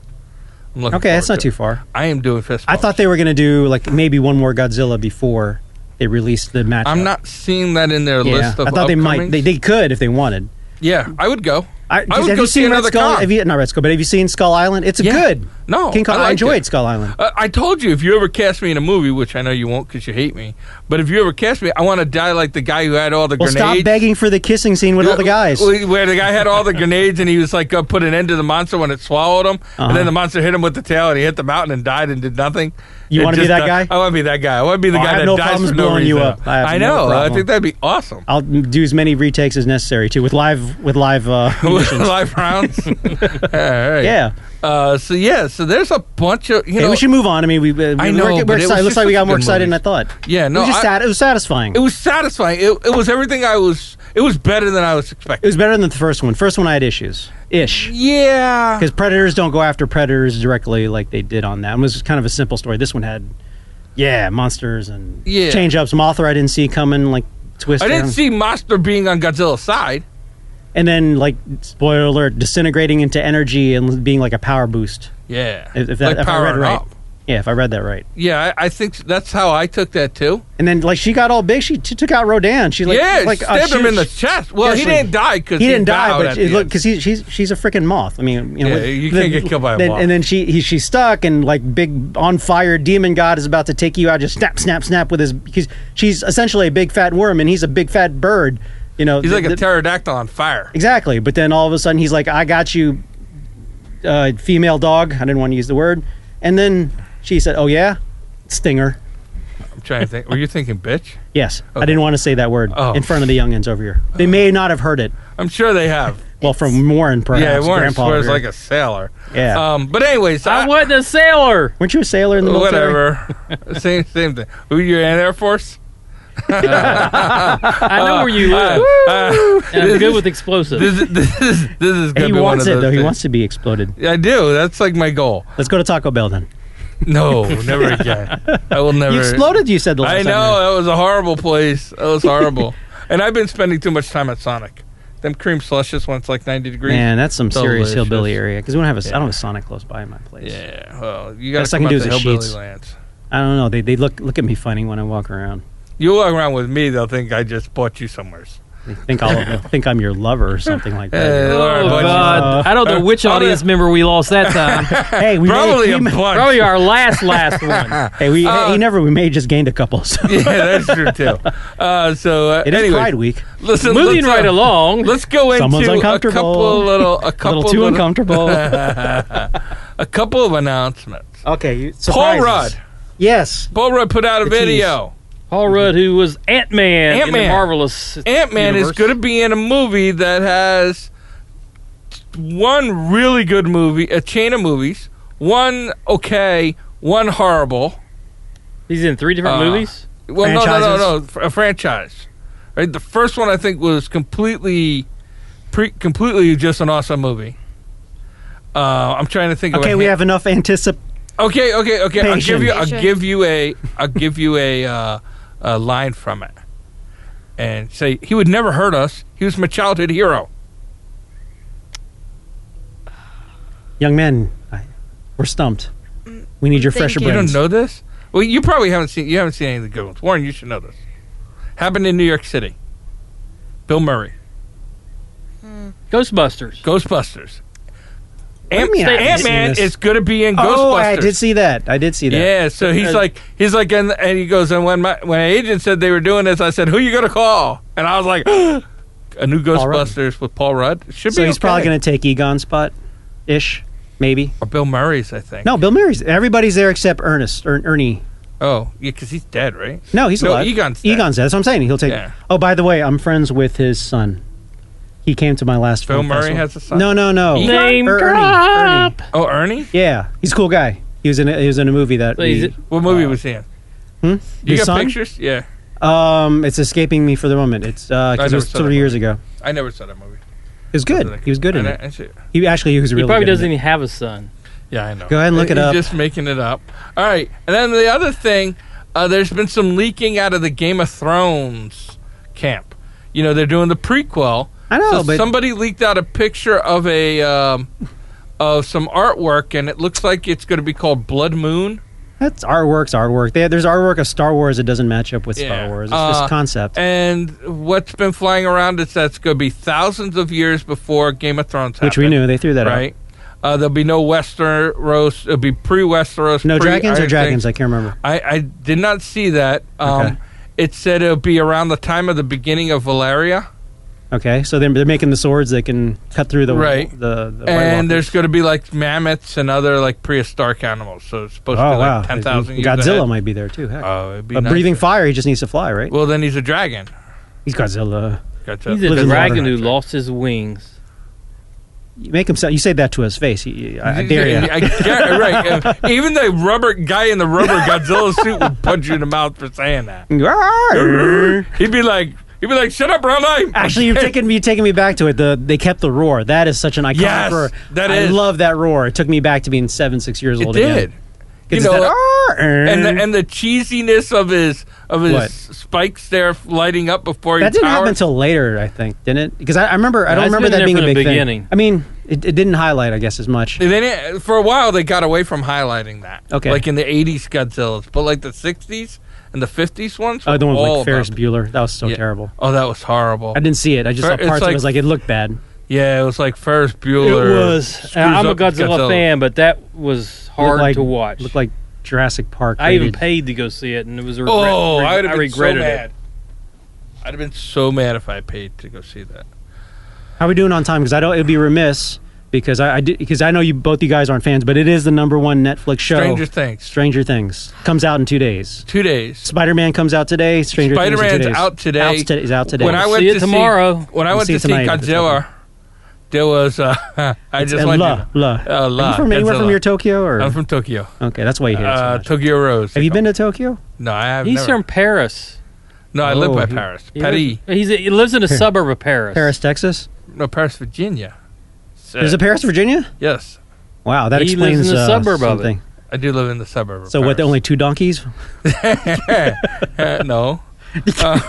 Speaker 1: I'm looking
Speaker 2: Okay, that's
Speaker 1: forward
Speaker 2: not
Speaker 1: to
Speaker 2: too
Speaker 1: it.
Speaker 2: far.
Speaker 1: I am doing fist.
Speaker 2: I
Speaker 1: bumps.
Speaker 2: thought they were gonna do like maybe one more Godzilla before they released the match.
Speaker 1: I'm not seeing that in their
Speaker 2: Yeah,
Speaker 1: list of
Speaker 2: I thought they might.
Speaker 1: upcomings.
Speaker 2: They, they could if they wanted.
Speaker 1: Yeah, I would go.
Speaker 2: I,
Speaker 1: would
Speaker 2: have
Speaker 1: go
Speaker 2: you
Speaker 1: see
Speaker 2: seen Red
Speaker 1: another
Speaker 2: Skull?
Speaker 1: con.
Speaker 2: Have you, not Red Skull, but have you seen Skull Island? It's a
Speaker 1: Yeah.
Speaker 2: good.
Speaker 1: No,
Speaker 2: King Kong.
Speaker 1: I
Speaker 2: I,
Speaker 1: liked
Speaker 2: enjoyed
Speaker 1: it.
Speaker 2: Skull Island.
Speaker 1: Uh, I told you if you ever cast me in a movie, which I know you won't because you hate me, but if you ever cast me, I want to die like the guy who had all the
Speaker 2: Well,
Speaker 1: grenades.
Speaker 2: stop begging for the kissing scene with all the guys.
Speaker 1: Where where the guy had all the grenades and he was like, uh, put an end to the monster when it swallowed him. And
Speaker 2: Uh-huh.
Speaker 1: then the monster hit him with the tail and he hit the mountain and died and did nothing.
Speaker 2: You
Speaker 1: It
Speaker 2: wanna be
Speaker 1: just,
Speaker 2: that
Speaker 1: uh,
Speaker 2: guy?
Speaker 1: I want to be that guy. I want to be the
Speaker 2: Oh, I
Speaker 1: guy
Speaker 2: have
Speaker 1: that
Speaker 2: no
Speaker 1: dies
Speaker 2: problems
Speaker 1: for no
Speaker 2: blowing you
Speaker 1: reason.
Speaker 2: up. I have no
Speaker 1: know. I
Speaker 2: problem.
Speaker 1: think that'd be awesome.
Speaker 2: I'll do as many retakes as necessary too with live with live. Uh,
Speaker 1: Live rounds. all right.
Speaker 2: yeah.
Speaker 1: Uh, so yeah. So there's a bunch of you
Speaker 2: Hey,
Speaker 1: know.
Speaker 2: we should move on. I mean, we, we
Speaker 1: I know, but
Speaker 2: we're,
Speaker 1: it
Speaker 2: we're
Speaker 1: was
Speaker 2: excited.
Speaker 1: just
Speaker 2: Looks like we
Speaker 1: such a
Speaker 2: got more
Speaker 1: good
Speaker 2: excited
Speaker 1: movie.
Speaker 2: than I thought.
Speaker 1: yeah.
Speaker 2: it
Speaker 1: No.
Speaker 2: was just
Speaker 1: I-
Speaker 2: sat- it was satisfying.
Speaker 1: It was satisfying. It, it was everything I was. It was better than I was
Speaker 2: It
Speaker 1: expecting.
Speaker 2: was better than the first one. First one I had issues, ish,
Speaker 1: yeah.
Speaker 2: because predators don't go after predators directly like they did on that. It was kind of a simple story. This one had, yeah, monsters and
Speaker 1: Yeah.
Speaker 2: change ups. Mothra I didn't see coming like twist.
Speaker 1: I didn't see Monster being on Godzilla's side.
Speaker 2: and then like spoiler alert disintegrating into energy and being like a power boost
Speaker 1: Yeah.
Speaker 2: if, if, that, if i read
Speaker 1: powering
Speaker 2: right
Speaker 1: up.
Speaker 2: yeah if i read that right
Speaker 1: Yeah, I, I think that's how I took that too.
Speaker 2: and then like she got all big she t- took out rodan she like
Speaker 1: yeah,
Speaker 2: like uh,
Speaker 1: stabbed
Speaker 2: she-
Speaker 1: him in the chest. Well,
Speaker 2: yeah,
Speaker 1: he
Speaker 2: she-
Speaker 1: didn't die because
Speaker 2: he didn't die, but it, look,
Speaker 1: look.
Speaker 2: because he, she's she's a freaking moth. I mean, you
Speaker 1: Yeah,
Speaker 2: know, with-
Speaker 1: you can't get killed by a
Speaker 2: then-
Speaker 1: moth.
Speaker 2: And then she he, she's stuck, and like big on fire demon god is about to take you out. Just snap, snap, snap with his. Because she's essentially a big fat worm, and he's a big fat bird. You know,
Speaker 1: He's
Speaker 2: the-
Speaker 1: like a
Speaker 2: the-
Speaker 1: pterodactyl on fire.
Speaker 2: Exactly. But then all of a sudden he's like, I got you, uh, female dog. I didn't want to use the word. And then she said, Oh, yeah? Stinger.
Speaker 1: I'm trying to think. Were you thinking, bitch?
Speaker 2: Yes. I
Speaker 1: Okay.
Speaker 2: didn't want to say that word
Speaker 1: Oh.
Speaker 2: in front of the youngins over here. They may not have heard it.
Speaker 1: I'm sure they have.
Speaker 2: Well, from Warren, perhaps.
Speaker 1: yeah, Warren
Speaker 2: Grandpa
Speaker 1: swears
Speaker 2: over
Speaker 1: like
Speaker 2: here.
Speaker 1: a sailor.
Speaker 2: Yeah.
Speaker 1: Um, but anyways,
Speaker 3: I
Speaker 1: I,
Speaker 3: wasn't a sailor.
Speaker 2: Weren't you a sailor in the military?
Speaker 1: whatever. same same thing. Who you in Air Force?
Speaker 3: I know where you live.
Speaker 1: Uh,
Speaker 3: And I'm good with explosives.
Speaker 1: this, is- this is this is gonna
Speaker 2: He
Speaker 1: be one
Speaker 2: wants
Speaker 1: of
Speaker 2: it,
Speaker 1: those
Speaker 2: though. He
Speaker 1: things.
Speaker 2: wants to be exploded.
Speaker 1: I do. That's like my goal.
Speaker 2: Let's go to Taco Bell then.
Speaker 1: No, never again. I will never.
Speaker 2: You exploded, you said the last
Speaker 1: I
Speaker 2: time
Speaker 1: know that was a horrible place. That was horrible. and I've been spending too much time at Sonic. Them cream slushes when it's like ninety
Speaker 2: you were-
Speaker 1: degrees.
Speaker 2: Man, that's some serious
Speaker 1: Delicious.
Speaker 2: hillbilly area because we don't have a, I don't have a Sonic close by in my place.
Speaker 1: Yeah. Well, you got to
Speaker 2: Best I
Speaker 1: come
Speaker 2: can
Speaker 1: out to
Speaker 2: do is a
Speaker 1: hillbilly
Speaker 2: Sheetz.
Speaker 1: lands.
Speaker 2: I don't know. They, they look look at me funny when I walk around.
Speaker 1: You walk around with me, they'll think I just bought you somewheres.
Speaker 2: They think I'll they think I'm your lover or something like
Speaker 1: Hey,
Speaker 2: that.
Speaker 1: Laura,
Speaker 3: Oh,
Speaker 1: buddy.
Speaker 3: God. I don't know which audience member we lost that time.
Speaker 2: hey, we
Speaker 1: Probably
Speaker 2: may,
Speaker 1: a uh,
Speaker 2: we may-
Speaker 1: bunch.
Speaker 3: Probably our last, last one.
Speaker 2: hey, we hey, never we may have just gained a couple. So
Speaker 1: yeah, that's true too. Uh, so uh,
Speaker 2: it is
Speaker 1: anyway,
Speaker 2: Pride Week.
Speaker 1: Listen,
Speaker 3: Moving
Speaker 1: let's,
Speaker 3: right
Speaker 1: uh,
Speaker 3: along.
Speaker 1: Let's go
Speaker 2: Someone's
Speaker 1: into a
Speaker 2: uncomfortable.
Speaker 1: couple little a
Speaker 2: A
Speaker 1: couple
Speaker 2: little too uncomfortable.
Speaker 1: a couple of announcements.
Speaker 2: okay, you,
Speaker 1: Paul Rudd.
Speaker 2: Yes.
Speaker 1: Paul Rudd put out a
Speaker 2: The tease.
Speaker 1: video.
Speaker 3: Paul Rudd, who was Ant Man in the
Speaker 1: Ant-Man.
Speaker 3: Marvelous
Speaker 1: Ant Man is
Speaker 3: Universe.
Speaker 1: going to be in a movie that has one really good movie, a chain of movies, one okay, one horrible.
Speaker 3: He's in three different
Speaker 1: Uh,
Speaker 3: movies.
Speaker 1: Well, no, no, no, no, a franchise. Right, the first one I think was completely, pre- completely just an awesome movie. Uh, I'm trying to think. of
Speaker 2: Okay,
Speaker 1: a
Speaker 2: we
Speaker 1: hint.
Speaker 2: have enough anticip.
Speaker 1: Okay, okay, okay. I'll give
Speaker 2: Patient.
Speaker 1: you. I'll
Speaker 4: Patient.
Speaker 1: give you a. I'll give you a, uh, a line from it, and say he would never hurt us. He was my childhood hero.
Speaker 2: Young men, I, we're stumped. We need your
Speaker 4: Thank
Speaker 2: fresher
Speaker 4: you.
Speaker 1: Mm, You
Speaker 2: brains.
Speaker 1: don't know this? Well, you probably haven't seen. You haven't seen any of the good ones. Warren, you should know this. Happened in New York City. Bill Murray,
Speaker 3: Ghostbusters.
Speaker 1: Ghostbusters.
Speaker 2: do you
Speaker 1: Ant
Speaker 2: mean I haven't
Speaker 1: Man
Speaker 2: seen this?
Speaker 1: is going to be in
Speaker 2: oh,
Speaker 1: Ghostbusters.
Speaker 2: I did see that. I did see that.
Speaker 1: Yeah, so he's
Speaker 3: Uh,
Speaker 1: like, he's like, and, and he goes, and when my when my agent said they were doing this, I said, who you gonna call? And I was like, a new
Speaker 2: Paul Rudd.
Speaker 1: Ghostbusters with Paul Rudd It should
Speaker 2: So
Speaker 1: be.
Speaker 2: he's probably
Speaker 1: okay.
Speaker 2: going to take Egon's spot, ish, maybe.
Speaker 1: Or Bill Murray's, I think.
Speaker 2: No, Bill Murray's. Everybody's there except Ernest or Ernie.
Speaker 1: Oh, yeah, because he's dead, right?
Speaker 2: No, he's
Speaker 1: No,
Speaker 2: alive.
Speaker 1: Egon's dead.
Speaker 2: Egon's dead. That's what I'm saying. He'll take.
Speaker 1: Yeah.
Speaker 2: Oh, by the way, I'm friends with his son. He came to my last.
Speaker 1: Bill
Speaker 2: film
Speaker 1: Murray
Speaker 2: festival.
Speaker 1: has a son?
Speaker 2: No, no, no.
Speaker 1: Egon?
Speaker 3: Name
Speaker 2: Er- Ernie.
Speaker 3: drop.
Speaker 2: Ernie.
Speaker 1: Oh, Ernie.
Speaker 2: Yeah, he's a cool guy. He was in. A, he was in a movie that.
Speaker 3: So he's-
Speaker 2: we-
Speaker 1: What movie was he in?
Speaker 2: hmm?
Speaker 1: You
Speaker 2: His
Speaker 1: got
Speaker 2: Uh, son?
Speaker 1: pictures? Yeah,
Speaker 2: Um, it's escaping me for the moment. It's uh, 'cause
Speaker 1: never
Speaker 2: it was
Speaker 1: saw
Speaker 2: three
Speaker 1: that
Speaker 2: years ago.
Speaker 1: I never saw that movie.
Speaker 2: It was good. He was good in
Speaker 1: I,
Speaker 2: it.
Speaker 1: I see-
Speaker 2: He actually he was really.
Speaker 3: he probably
Speaker 2: good in
Speaker 3: doesn't
Speaker 2: it.
Speaker 3: even have a son.
Speaker 1: Yeah, I know.
Speaker 2: Go ahead and look it
Speaker 1: He's
Speaker 2: up.
Speaker 1: Just making it up. All right, and then the other thing, uh, there's been some leaking out of the Game of Thrones camp. You know, they're doing the prequel.
Speaker 2: I know,
Speaker 1: so
Speaker 2: but
Speaker 1: somebody leaked out a picture of a um, of some artwork, and it looks like it's going to be called Blood Moon.
Speaker 2: that's artwork's artwork. There, there's artwork of Star Wars that doesn't match up with
Speaker 1: Yeah.
Speaker 2: Star Wars. It's
Speaker 1: Uh,
Speaker 2: just concept.
Speaker 1: And what's been flying around is that's going to be thousands of years before Game of Thrones,
Speaker 2: Which we
Speaker 1: happened,
Speaker 2: knew they threw that out.
Speaker 1: right? Uh, there'll be no Westeros. It'll be pre-Westeros.
Speaker 2: No dragons or
Speaker 1: pre-Iron Thing.
Speaker 2: dragons. I can't remember.
Speaker 1: I, I did not see that. Um,
Speaker 2: Okay.
Speaker 1: It said it'll be around the time of the beginning of Valeria,
Speaker 2: Okay, so they're, they're making the swords that can cut through the
Speaker 1: Right.
Speaker 2: The, the White Walkers.
Speaker 1: and there's going to be like mammoths and other like prehistoric animals. So it's supposed to
Speaker 2: oh
Speaker 1: be
Speaker 2: wow,
Speaker 1: like ten thousand years.
Speaker 2: Godzilla
Speaker 1: ahead.
Speaker 2: might be there too. Heck.
Speaker 1: Oh, it'd be
Speaker 2: but
Speaker 1: nice.
Speaker 2: breathing fire, he just needs to fly, right?
Speaker 1: Well, then he's a dragon.
Speaker 2: He's Godzilla.
Speaker 1: Gotcha.
Speaker 3: He's a
Speaker 2: Lives in
Speaker 3: dragon
Speaker 2: water.
Speaker 3: who lost his wings.
Speaker 2: You make him sound. You say that to his face. He, I, I dare you.
Speaker 1: I dare- right. Uh, Even the rubber guy in the rubber Godzilla suit would punch you in the mouth for saying that.
Speaker 2: Arr!
Speaker 1: He'd be like, he'd be like, "Shut up, brown eye."
Speaker 2: Actually, you've taken me taking me back to it. The they kept the roar. That is such an iconic
Speaker 1: Yes,
Speaker 2: roar.
Speaker 1: that
Speaker 2: I
Speaker 1: is.
Speaker 2: love that roar. It took me back to being seven, six years
Speaker 1: It
Speaker 2: old.
Speaker 1: did.
Speaker 2: Again.
Speaker 1: You
Speaker 2: It's
Speaker 1: know, uh,
Speaker 2: that, "Arr!"
Speaker 1: and the, and the cheesiness of his of his
Speaker 2: What?
Speaker 1: spikes there lighting up before he
Speaker 2: that didn't happen
Speaker 1: powered.
Speaker 2: until later, I think, didn't it? Because I, I remember. I
Speaker 3: No,
Speaker 2: don't
Speaker 3: it's
Speaker 2: remember
Speaker 3: been
Speaker 2: that
Speaker 3: there
Speaker 2: being a
Speaker 3: from the
Speaker 2: big
Speaker 3: beginning.
Speaker 2: thing. I mean, it, it didn't highlight, I guess, as much.
Speaker 1: They didn't- for a while they got away from highlighting that.
Speaker 2: Okay.
Speaker 1: Like in the '80s Godzillas, but like the '60s and the '50s ones.
Speaker 2: Oh, the one
Speaker 1: were
Speaker 2: with
Speaker 1: all
Speaker 2: like Ferris
Speaker 1: about-
Speaker 2: Bueller. That was so
Speaker 1: Yeah.
Speaker 2: terrible.
Speaker 1: Oh, that was horrible.
Speaker 2: I didn't see it. I just
Speaker 1: Fer-
Speaker 2: saw
Speaker 1: it's
Speaker 2: parts of it.
Speaker 1: like-
Speaker 2: It was like it looked bad.
Speaker 1: yeah, it was like Ferris Bueller. screws
Speaker 3: Now, uh, I'm a
Speaker 1: up
Speaker 3: Godzilla, fan, but that was hard
Speaker 2: Looked like-
Speaker 3: to watch.
Speaker 2: Looked like Jurassic Park.
Speaker 3: I even
Speaker 2: rated.
Speaker 3: paid to go see it, and it was a regret.
Speaker 1: Oh,
Speaker 3: reg-
Speaker 1: I would have been so
Speaker 3: regretted
Speaker 1: mad.
Speaker 3: it.
Speaker 1: I'd have been so mad if I paid to go see that.
Speaker 2: How we doing on time? Because I don't. It'd be remiss because I, I did because I know you both you guys aren't fans, but it is the number one Netflix show.
Speaker 1: Stranger Things.
Speaker 2: Stranger Things comes out in two days.
Speaker 1: Two days.
Speaker 2: Spider Man comes out today. Stranger Things in
Speaker 1: Spider-Man's
Speaker 2: two days.
Speaker 1: out today.
Speaker 2: Out today- is out today.
Speaker 1: When I
Speaker 3: We'll
Speaker 1: went
Speaker 3: see it
Speaker 1: to
Speaker 3: tomorrow.
Speaker 1: see when I
Speaker 2: We'll
Speaker 1: went
Speaker 2: see
Speaker 1: to
Speaker 2: it
Speaker 1: see
Speaker 2: tonight if it's
Speaker 1: Godzilla, there was uh, I
Speaker 2: It's
Speaker 1: just
Speaker 2: in
Speaker 1: went.
Speaker 2: La,
Speaker 1: to-
Speaker 2: La.
Speaker 1: Uh, La,
Speaker 2: Are you from anywhere from
Speaker 1: Godzilla.
Speaker 2: your Tokyo or?
Speaker 1: I'm from Tokyo.
Speaker 2: okay, that's why you hate it so
Speaker 1: Uh,
Speaker 2: much.
Speaker 1: Tokyo Rose.
Speaker 2: Have you been to Tokyo?
Speaker 1: No, I have
Speaker 3: He's
Speaker 1: never.
Speaker 3: from Paris.
Speaker 1: No, I live
Speaker 2: Oh,
Speaker 1: by
Speaker 2: he-
Speaker 1: Paris.
Speaker 3: He
Speaker 1: Paris.
Speaker 3: lives- He's a, he lives in a
Speaker 2: Paris.
Speaker 3: suburb of Paris.
Speaker 2: Paris, Texas.
Speaker 1: No, Paris, Virginia. So-
Speaker 2: There's a Paris, Virginia.
Speaker 1: yes,
Speaker 2: Wow, that
Speaker 3: He lives
Speaker 2: explains
Speaker 3: in the
Speaker 2: uh,
Speaker 3: suburb of it.
Speaker 2: something.
Speaker 1: I do live in the suburb. Of
Speaker 2: So what? The only two donkeys?
Speaker 1: only no, Uh,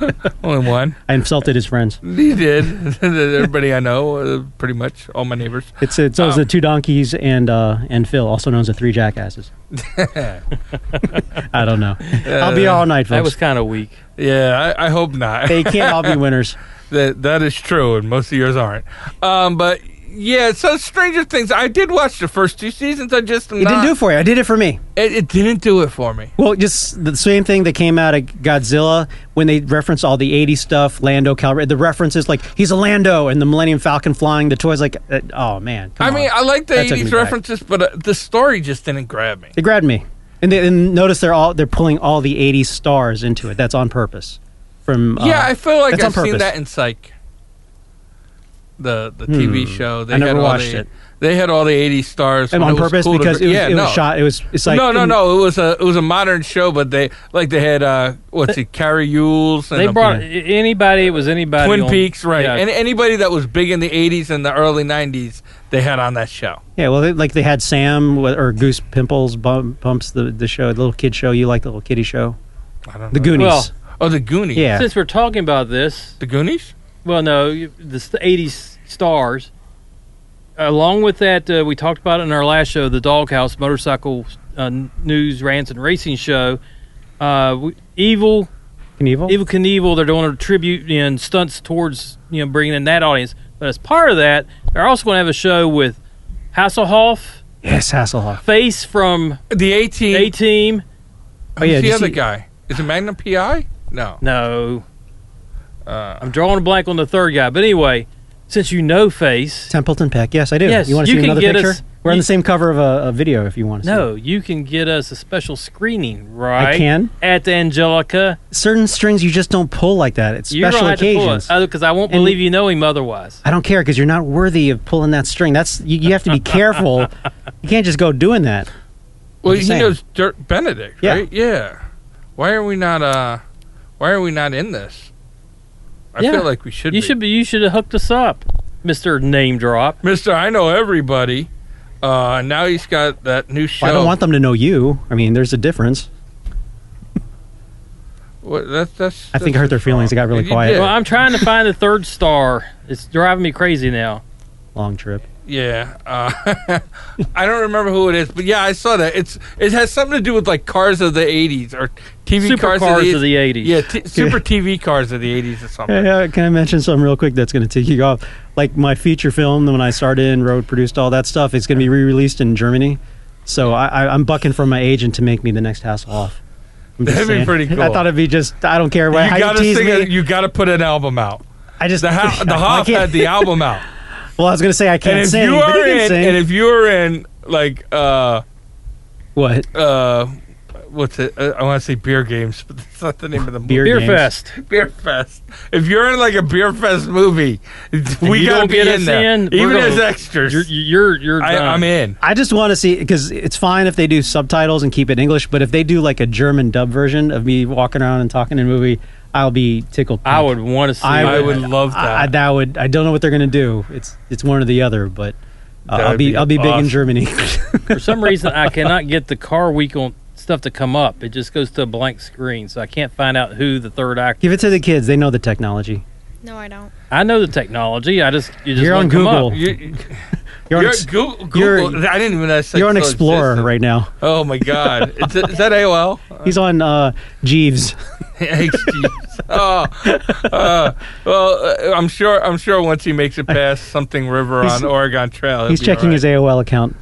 Speaker 1: only one.
Speaker 2: I insulted his friends.
Speaker 1: He did. Everybody I know, uh, pretty much all my neighbors.
Speaker 2: It's it's always
Speaker 1: Um,
Speaker 2: the two donkeys and uh, and Phil, also known as the three jackasses. I don't know. I'll be
Speaker 1: Uh,
Speaker 2: all night,
Speaker 3: That was
Speaker 2: folks.
Speaker 3: kind of weak.
Speaker 1: Yeah, I, I hope not.
Speaker 2: they can't all be winners.
Speaker 1: That that is true, and most of yours aren't. Um, but yeah, so Stranger Things. I did watch the first two seasons. I just
Speaker 2: It didn't do it for you. I did it for me.
Speaker 1: it, it didn't do it for me.
Speaker 2: Well, just the same thing that came out of Godzilla when they reference all the 80s stuff, Lando Calrissian. The references like he's a Lando and the Millennium Falcon flying the toys like uh, oh man. come
Speaker 1: I mean,
Speaker 2: on.
Speaker 1: I like the
Speaker 2: That took me
Speaker 1: '80s
Speaker 2: back.
Speaker 1: references, but uh, the story just didn't grab me.
Speaker 2: They grabbed me. And, they, and notice they're all they're pulling all the 80s stars into it. That's on purpose. From uh,
Speaker 1: yeah, I feel like
Speaker 2: that's on
Speaker 1: I've seen
Speaker 2: purpose.
Speaker 1: that in Psych. The the TV
Speaker 2: Hmm.
Speaker 1: show. They
Speaker 2: I never
Speaker 1: had all
Speaker 2: watched
Speaker 1: the,
Speaker 2: it.
Speaker 1: They had all the '80s stars
Speaker 2: and
Speaker 1: when
Speaker 2: on
Speaker 1: it was
Speaker 2: purpose
Speaker 1: cool to
Speaker 2: because
Speaker 1: dr-
Speaker 2: it was,
Speaker 1: yeah,
Speaker 2: it was
Speaker 1: no.
Speaker 2: shot. It was it's like
Speaker 1: no, no,
Speaker 2: in-
Speaker 1: no. It was a it was a modern show, but they like they had uh what's it, Carrie Yules and
Speaker 3: They
Speaker 1: a-
Speaker 3: brought anybody. It was anybody.
Speaker 1: Twin
Speaker 3: on-
Speaker 1: Peaks, right?
Speaker 3: yeah.
Speaker 1: And anybody that was big in the '80s and the early '90s, they had on that show.
Speaker 2: Yeah, well, they, like they had Sam wh- or Goose Pimples bump, bumps the the show, the little kid show. You like the little kitty show,
Speaker 1: I don't
Speaker 2: the
Speaker 1: know.
Speaker 2: Goonies.
Speaker 3: Well-
Speaker 1: oh, the Goonies.
Speaker 2: yeah,
Speaker 3: Since we're talking about this,
Speaker 1: the Goonies.
Speaker 3: well, no, you- the s- '80s stars. Along with that, uh, we talked about it in our last show, the Doghouse Motorcycle uh, n- News Rants and Racing Show. Uh, we- Evil
Speaker 2: Knievel.
Speaker 3: Evil Knievel, they're doing a tribute and stunts towards you know bringing in that audience. But as part of that, they're also going to have a show with Hasselhoff,
Speaker 2: Yes, Hasselhoff.
Speaker 3: Face from
Speaker 1: The A Team.
Speaker 3: A Team.
Speaker 2: Oh, yeah,
Speaker 1: Who's the
Speaker 2: did you
Speaker 1: other
Speaker 2: see-
Speaker 1: guy? Is it Magnum PI? No.
Speaker 3: No,
Speaker 1: Uh,
Speaker 3: I'm drawing a blank on the third guy. But anyway, since you know Face,
Speaker 2: Templeton Peck. Yes, I do.
Speaker 3: Yes,
Speaker 2: you want to
Speaker 3: you
Speaker 2: see
Speaker 3: can
Speaker 2: another
Speaker 3: get
Speaker 2: picture?
Speaker 3: us-
Speaker 2: We're on
Speaker 3: you-
Speaker 2: the same cover of a, a video. If you want to. see
Speaker 3: no, you can get us a special screening,
Speaker 2: it.
Speaker 3: right?
Speaker 2: I can.
Speaker 3: at the Angelica.
Speaker 2: Certain strings you just don't pull like that. It's
Speaker 3: You're
Speaker 2: special
Speaker 3: gonna have to pull
Speaker 2: occasions.
Speaker 3: it Uh, because I won't
Speaker 2: And-
Speaker 3: believe you know him otherwise.
Speaker 2: I don't care because you're not worthy of pulling that string. That's you, you have to be careful. you can't just go doing that.
Speaker 1: well,
Speaker 2: I'm
Speaker 1: he
Speaker 2: just saying.
Speaker 1: knows Dirk Benedict,
Speaker 2: Yeah.
Speaker 1: right? Yeah. Why are we not? Uh, why are we not in this? I
Speaker 3: Yeah.
Speaker 1: feel like we should.
Speaker 3: you
Speaker 1: be.
Speaker 3: should be. You should have hooked us up, Mister Name Drop.
Speaker 1: Mister. I know everybody. Uh, now he's got that new show.
Speaker 2: I don't want them to know you. I mean, there's a difference.
Speaker 1: What, that's, that's,
Speaker 2: I think
Speaker 1: that's
Speaker 2: I hurt their feelings. It got really
Speaker 1: You
Speaker 2: quiet.
Speaker 1: did.
Speaker 3: Well, I'm trying to find the third star. It's driving me crazy now.
Speaker 2: Long trip.
Speaker 1: Yeah, uh, I don't remember who it is, but yeah, I saw that. It's it has something to do with like cars of the '80s or TV
Speaker 3: Super
Speaker 1: cars, of the 80s.
Speaker 3: '80s.
Speaker 1: Yeah, t- super TV cars of the '80s or something.
Speaker 2: Yeah, yeah, uh, can I mention something real quick that's going to take you off? Like my feature film, when I started and wrote, produced all that stuff, it's going to be re-released in Germany. So I, I, I'm bucking from my agent to make me the next Hasselhoff. I'm just
Speaker 1: That'd be
Speaker 2: saying.
Speaker 1: pretty
Speaker 2: I
Speaker 1: cool.
Speaker 2: thought it'd be just. I don't care. what
Speaker 1: you
Speaker 2: how
Speaker 1: gotta
Speaker 2: tease
Speaker 1: sing
Speaker 2: me.
Speaker 1: it. you gotta put an album out.
Speaker 2: I just
Speaker 1: The ho- the
Speaker 2: I
Speaker 1: Hoff
Speaker 2: can't-
Speaker 1: had the album out,
Speaker 2: Well, I was going to say I
Speaker 1: and
Speaker 2: can't
Speaker 1: if
Speaker 2: sing,
Speaker 1: you
Speaker 2: but he
Speaker 1: are
Speaker 2: can
Speaker 1: in,
Speaker 2: sing.
Speaker 1: and if you are in like uh
Speaker 2: what?
Speaker 1: uh, what's it? Uh, I want to say beer games, but that's not the name of the
Speaker 2: Beer
Speaker 3: Beer
Speaker 2: games.
Speaker 3: Fest.
Speaker 1: beer fest. If you're in like a beer fest movie, we
Speaker 3: you
Speaker 1: gotta
Speaker 3: don't
Speaker 1: be
Speaker 3: get
Speaker 1: in
Speaker 3: us
Speaker 1: there,
Speaker 3: in, we're
Speaker 1: even
Speaker 3: gonna-
Speaker 1: as extras.
Speaker 3: You're you're you're.
Speaker 1: I,
Speaker 3: done.
Speaker 1: I'm in.
Speaker 2: I just want to see because it's fine if they do subtitles and keep it English, but if they do like a German dub version of me walking around and talking in a movie, I'll be tickled.
Speaker 3: I
Speaker 2: pink.
Speaker 3: would want to see.
Speaker 1: I
Speaker 3: it.
Speaker 1: would love that.
Speaker 2: I, I- that would. I don't know what they're gonna do. It's it's one or the other, but uh,
Speaker 1: That
Speaker 2: I'll
Speaker 1: would
Speaker 2: be,
Speaker 1: be
Speaker 2: I'll be big
Speaker 1: awesome.
Speaker 2: in Germany.
Speaker 3: For some reason, I cannot get the car week on stuff to come up. It just goes to a blank screen, so I can't find out who the third actor.
Speaker 2: Give it to the kids. They know the technology.
Speaker 4: No, I don't.
Speaker 3: I know the technology. I just you just
Speaker 2: You're on
Speaker 3: won't come up.
Speaker 2: Google.
Speaker 1: You-
Speaker 2: You're,
Speaker 1: You're,
Speaker 2: an, ex-
Speaker 1: Google.
Speaker 2: you're-
Speaker 1: Google- I didn't even know. that
Speaker 2: you're an
Speaker 1: still
Speaker 2: explorer
Speaker 1: existed.
Speaker 2: right now.
Speaker 1: Oh my God! Is, it- is that AOL?
Speaker 2: He's on uh, Jeeves.
Speaker 1: Jeez. oh, uh, well, uh, I'm sure. I'm sure once he makes it past something river
Speaker 2: He's-
Speaker 1: on Oregon Trail,
Speaker 2: He's checking his AOL account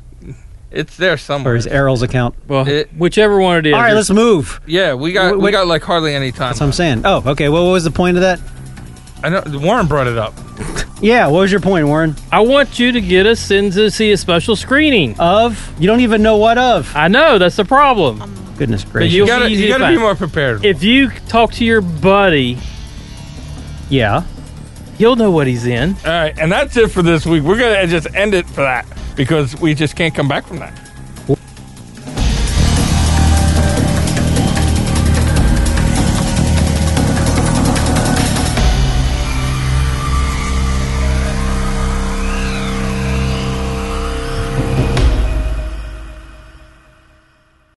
Speaker 1: It's there
Speaker 2: or
Speaker 1: somewhere.
Speaker 2: his Errol's account.
Speaker 3: Well,
Speaker 1: It-
Speaker 3: whichever one it is.
Speaker 2: All right,
Speaker 3: it's-
Speaker 2: let's move.
Speaker 1: yeah, we got
Speaker 2: Wh-
Speaker 1: we
Speaker 2: what-
Speaker 1: got like hardly any time.
Speaker 2: That's what I'm saying. Oh, okay. Well, what was the point of that?
Speaker 1: I know Warren brought it up.
Speaker 2: Yeah. What was your point, Warren?
Speaker 3: I want you to get us in to see a special screening.
Speaker 2: Of you don't even know what of.
Speaker 3: I know that's the problem.
Speaker 2: Goodness gracious.
Speaker 1: You
Speaker 3: You'll
Speaker 1: gotta,
Speaker 3: be
Speaker 1: you
Speaker 3: easy to
Speaker 1: gotta be
Speaker 3: find.
Speaker 1: more prepared.
Speaker 3: If you talk to your buddy,
Speaker 2: yeah.
Speaker 3: you'll know what he's in.
Speaker 1: All right, and that's it for this week. We're gonna just end it for that because we just can't come back from that.